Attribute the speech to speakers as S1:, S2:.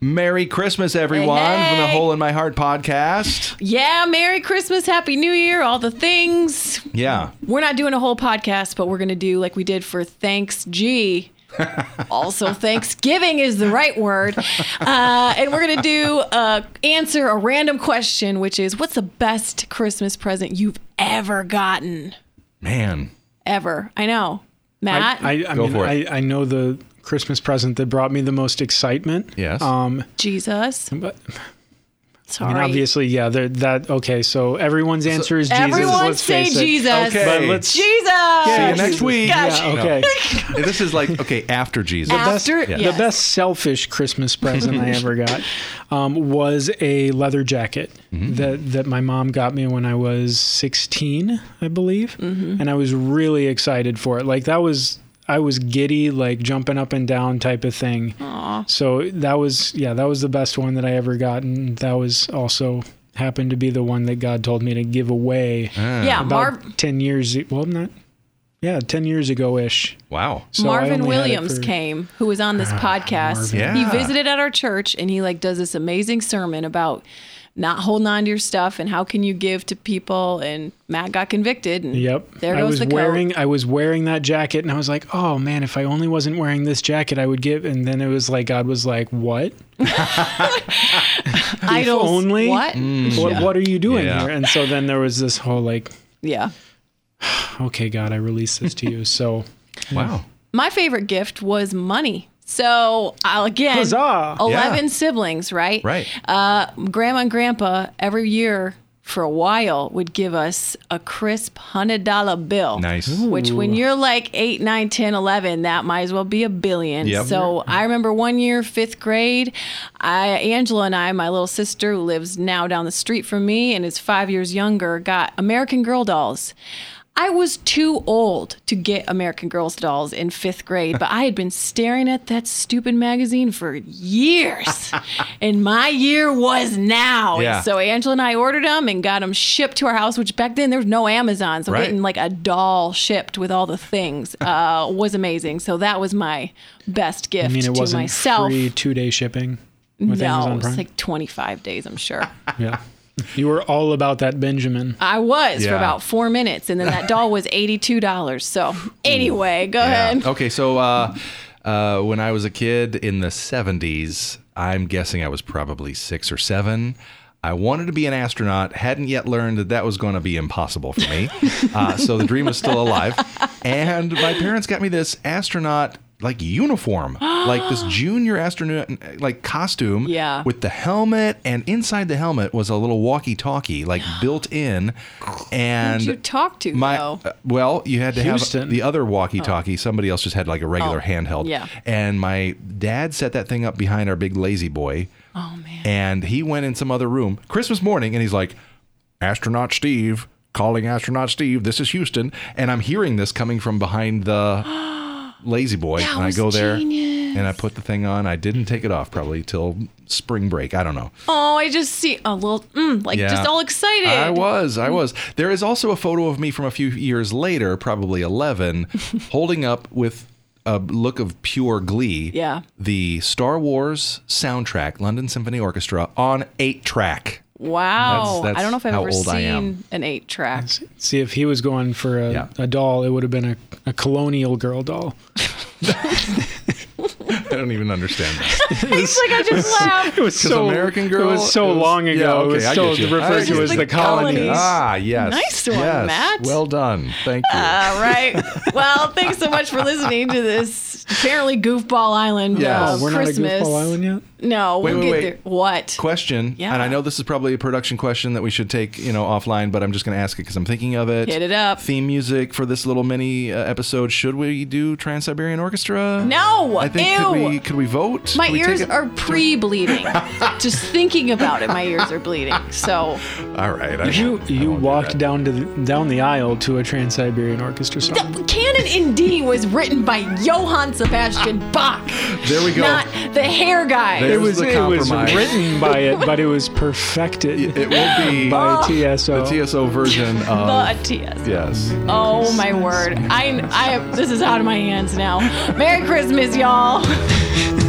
S1: Merry Christmas, everyone, from the
S2: hey.
S1: Hole in My Heart podcast.
S2: Yeah, Merry Christmas, Happy New Year, all the things.
S1: Yeah.
S2: We're not doing a whole podcast, but we're going to do like we did for Thanks G. also, Thanksgiving is the right word. Uh, and we're going to do uh, answer a random question, which is what's the best Christmas present you've ever gotten?
S1: Man.
S2: Ever. I know. Matt?
S3: I, I, I
S1: Go
S3: mean,
S1: for
S3: I,
S1: it.
S3: I know the Christmas present that brought me the most excitement.
S1: Yes.
S3: Um,
S2: Jesus.
S3: but I
S2: Sorry.
S3: mean, obviously, yeah, there- that okay. So everyone's answer is Jesus.
S2: Everyone
S3: let's
S2: say
S3: face it.
S2: Jesus.
S1: Okay.
S3: But let's
S2: Jesus.
S1: See you
S3: Yeah,
S1: next
S3: Jesus.
S1: week.
S2: Gosh.
S3: Yeah, okay.
S1: And this is like, okay, after Jesus.
S3: best-
S2: After,
S1: yeah. The
S2: yes.
S3: The best selfish Christmas present I ever got um, was a leather jacket that that my mom got me when I was 16, I believe, and I was really excited for it. Like that was I was giddy, like jumping up and down type of thing. So that was yeah, that was the best one that I ever got, and that was also happened to be the one that God told me to give away
S2: Yeah,
S3: about
S2: Marv,
S3: 10 years. Well, not yeah, 10 years ago ish.
S1: Wow.
S3: So I
S2: Marvin
S3: only had it
S2: Williams
S3: for- Ah,
S2: came, who was on this podcast.
S3: Marvin.
S1: Yeah.
S2: He visited at our church and he like does this amazing sermon about not holding on to your stuff and how can you give to people and Matt got convicted and
S3: Yep.
S2: there
S3: I
S2: goes
S3: was
S2: the
S3: wearing
S2: coat.
S3: I was wearing that jacket and I was like, "Oh man, if I only wasn't wearing this jacket, I would give." And then it was like God was like, "What?
S2: Idols.
S3: only- Mm.
S2: What?
S3: What what are you doing
S1: Mm. Yeah.
S3: here?" And so then there was this whole like,
S2: Yeah.
S3: "Okay, God, I release this to you." So,
S1: Wow.
S2: My favorite gift was money. So I'll again
S3: Huzzah.
S2: 11
S1: Yeah.
S2: siblings, right?
S1: Right.
S2: Uh, grandma and grandpa every year for a while would give us a crisp $100 bill.
S1: Nice.
S2: Which, when you're like 8, 9, 10, 11, that might as well be a billion.
S1: Yep.
S2: So I remember one year, fifth grade, I, Angela and I, my little sister who lives now down the street from me and is five years younger, got American Girl dolls. I was too old to get American Girls dolls in fifth grade, but I had been staring at that stupid magazine for years. and my year was now.
S1: Yeah.
S2: So Angela and I ordered them and got them shipped to our house, which back then there was no Amazon. So
S1: Right.
S2: getting like a doll shipped with all the things uh, was amazing. So that was my best gift
S3: I mean, it
S2: to
S3: wasn't
S2: myself.
S3: free 2-day shipping with
S2: no,
S3: Amazon
S2: it's
S3: Prime.
S2: like 25 days, I'm sure.
S3: yeah. You were all about that Benjamin.
S2: I was for
S1: Yeah.
S2: about four minutes, and then that doll was $82. So anyway, go
S1: Mm. Yeah.
S2: ahead.
S1: Okay, so uh, uh, when I was a kid in the 70s, I'm guessing I was probably six or seven. I wanted to be an astronaut, hadn't yet learned that that was going to be impossible for me. uh, so the dream was still alive. And my parents got me this astronaut like uniform, like this junior astronaut like costume
S2: Yeah.
S1: with the helmet and inside the helmet was a little walkie-talkie like built in and
S2: Who'd you talk to,
S1: my
S2: though?
S1: uh, well, you had to have
S3: Houston.
S1: the other walkie-talkie. Somebody else just had like a regular handheld.
S2: Oh. yeah.
S1: And my dad set that thing up behind our big lazy boy.
S2: Oh, man.
S1: And he went in some other room Christmas morning, and he's like, "Astronaut Steve." Calling astronaut Steve, this is Houston, and I'm hearing this coming from behind the lazy boy.
S2: That
S1: and I
S2: was
S1: go there
S2: genius.
S1: and I put the thing on. I didn't take it off probably till spring break. I don't know.
S2: Oh, I just see a little, mm, like
S1: Yeah.
S2: just all excited.
S1: I was, I was. There is also a photo of me from a few years later, probably 11, holding up with a look of pure glee.
S2: Yeah.
S1: The Star Wars soundtrack, London Symphony Orchestra, on eight track.
S2: Wow.
S1: That's- that's
S2: I don't know if I've
S1: how
S2: ever
S1: old I am.
S2: seen an eight track.
S3: See if he was going for a,
S1: Yeah.
S3: a doll, it would have been a, a colonial girl doll.
S1: I don't even understand that.
S2: It's like I just laughed.
S3: It was so
S1: American Girl.
S3: It was so long ago.
S1: Yeah,
S3: it was
S1: okay, I
S3: so
S1: get you. I
S3: referred
S1: get
S3: to
S1: you.
S3: as
S2: Just
S3: the
S2: the colonies.
S3: colonies.
S1: Ah, yes.
S2: Nice one,
S1: yes.
S2: Matt. Uh,
S1: Well done. Thank you.
S2: All right. Well, thanks so much for listening to this apparently goofball island
S1: Yeah.
S2: uh,
S1: Oh,
S3: we're
S2: Christmas.
S3: not a goofball island yet.
S2: No,
S1: Wait,
S2: we'll
S1: wait,
S2: get
S1: wait.
S2: there. What?
S1: Question,
S2: Yeah.
S1: and I know this is probably a production question that we should take, you know, offline, but I'm just going to ask it because I'm thinking of it.
S2: Hit it up.
S1: Theme music for this little mini uh, episode. Should we do Trans Siberian Orchestra?
S2: No!
S1: I think could
S2: Ew!
S1: we could we vote?
S2: My
S1: Could we take
S2: ears
S1: it?
S2: are pre bleeding. just thinking about it, my ears are bleeding. So
S1: All right. I
S3: You
S1: won't- I
S3: you
S1: won't do
S3: walked
S1: that.
S3: down to the, down the aisle to a Trans Siberian Orchestra song.
S2: The Canon in D was written by Johann Sebastian Bach.
S1: There we go.
S2: Not the hair guy.
S1: There-
S3: It was
S1: the
S3: it was
S1: compromise.
S3: written by it, but it was perfected
S1: It will be
S3: by TSO.
S1: the TSO version
S2: the
S1: of
S2: TS.
S1: yes.
S2: Oh my word. I I this is out of my hands now. Merry Christmas, y'all.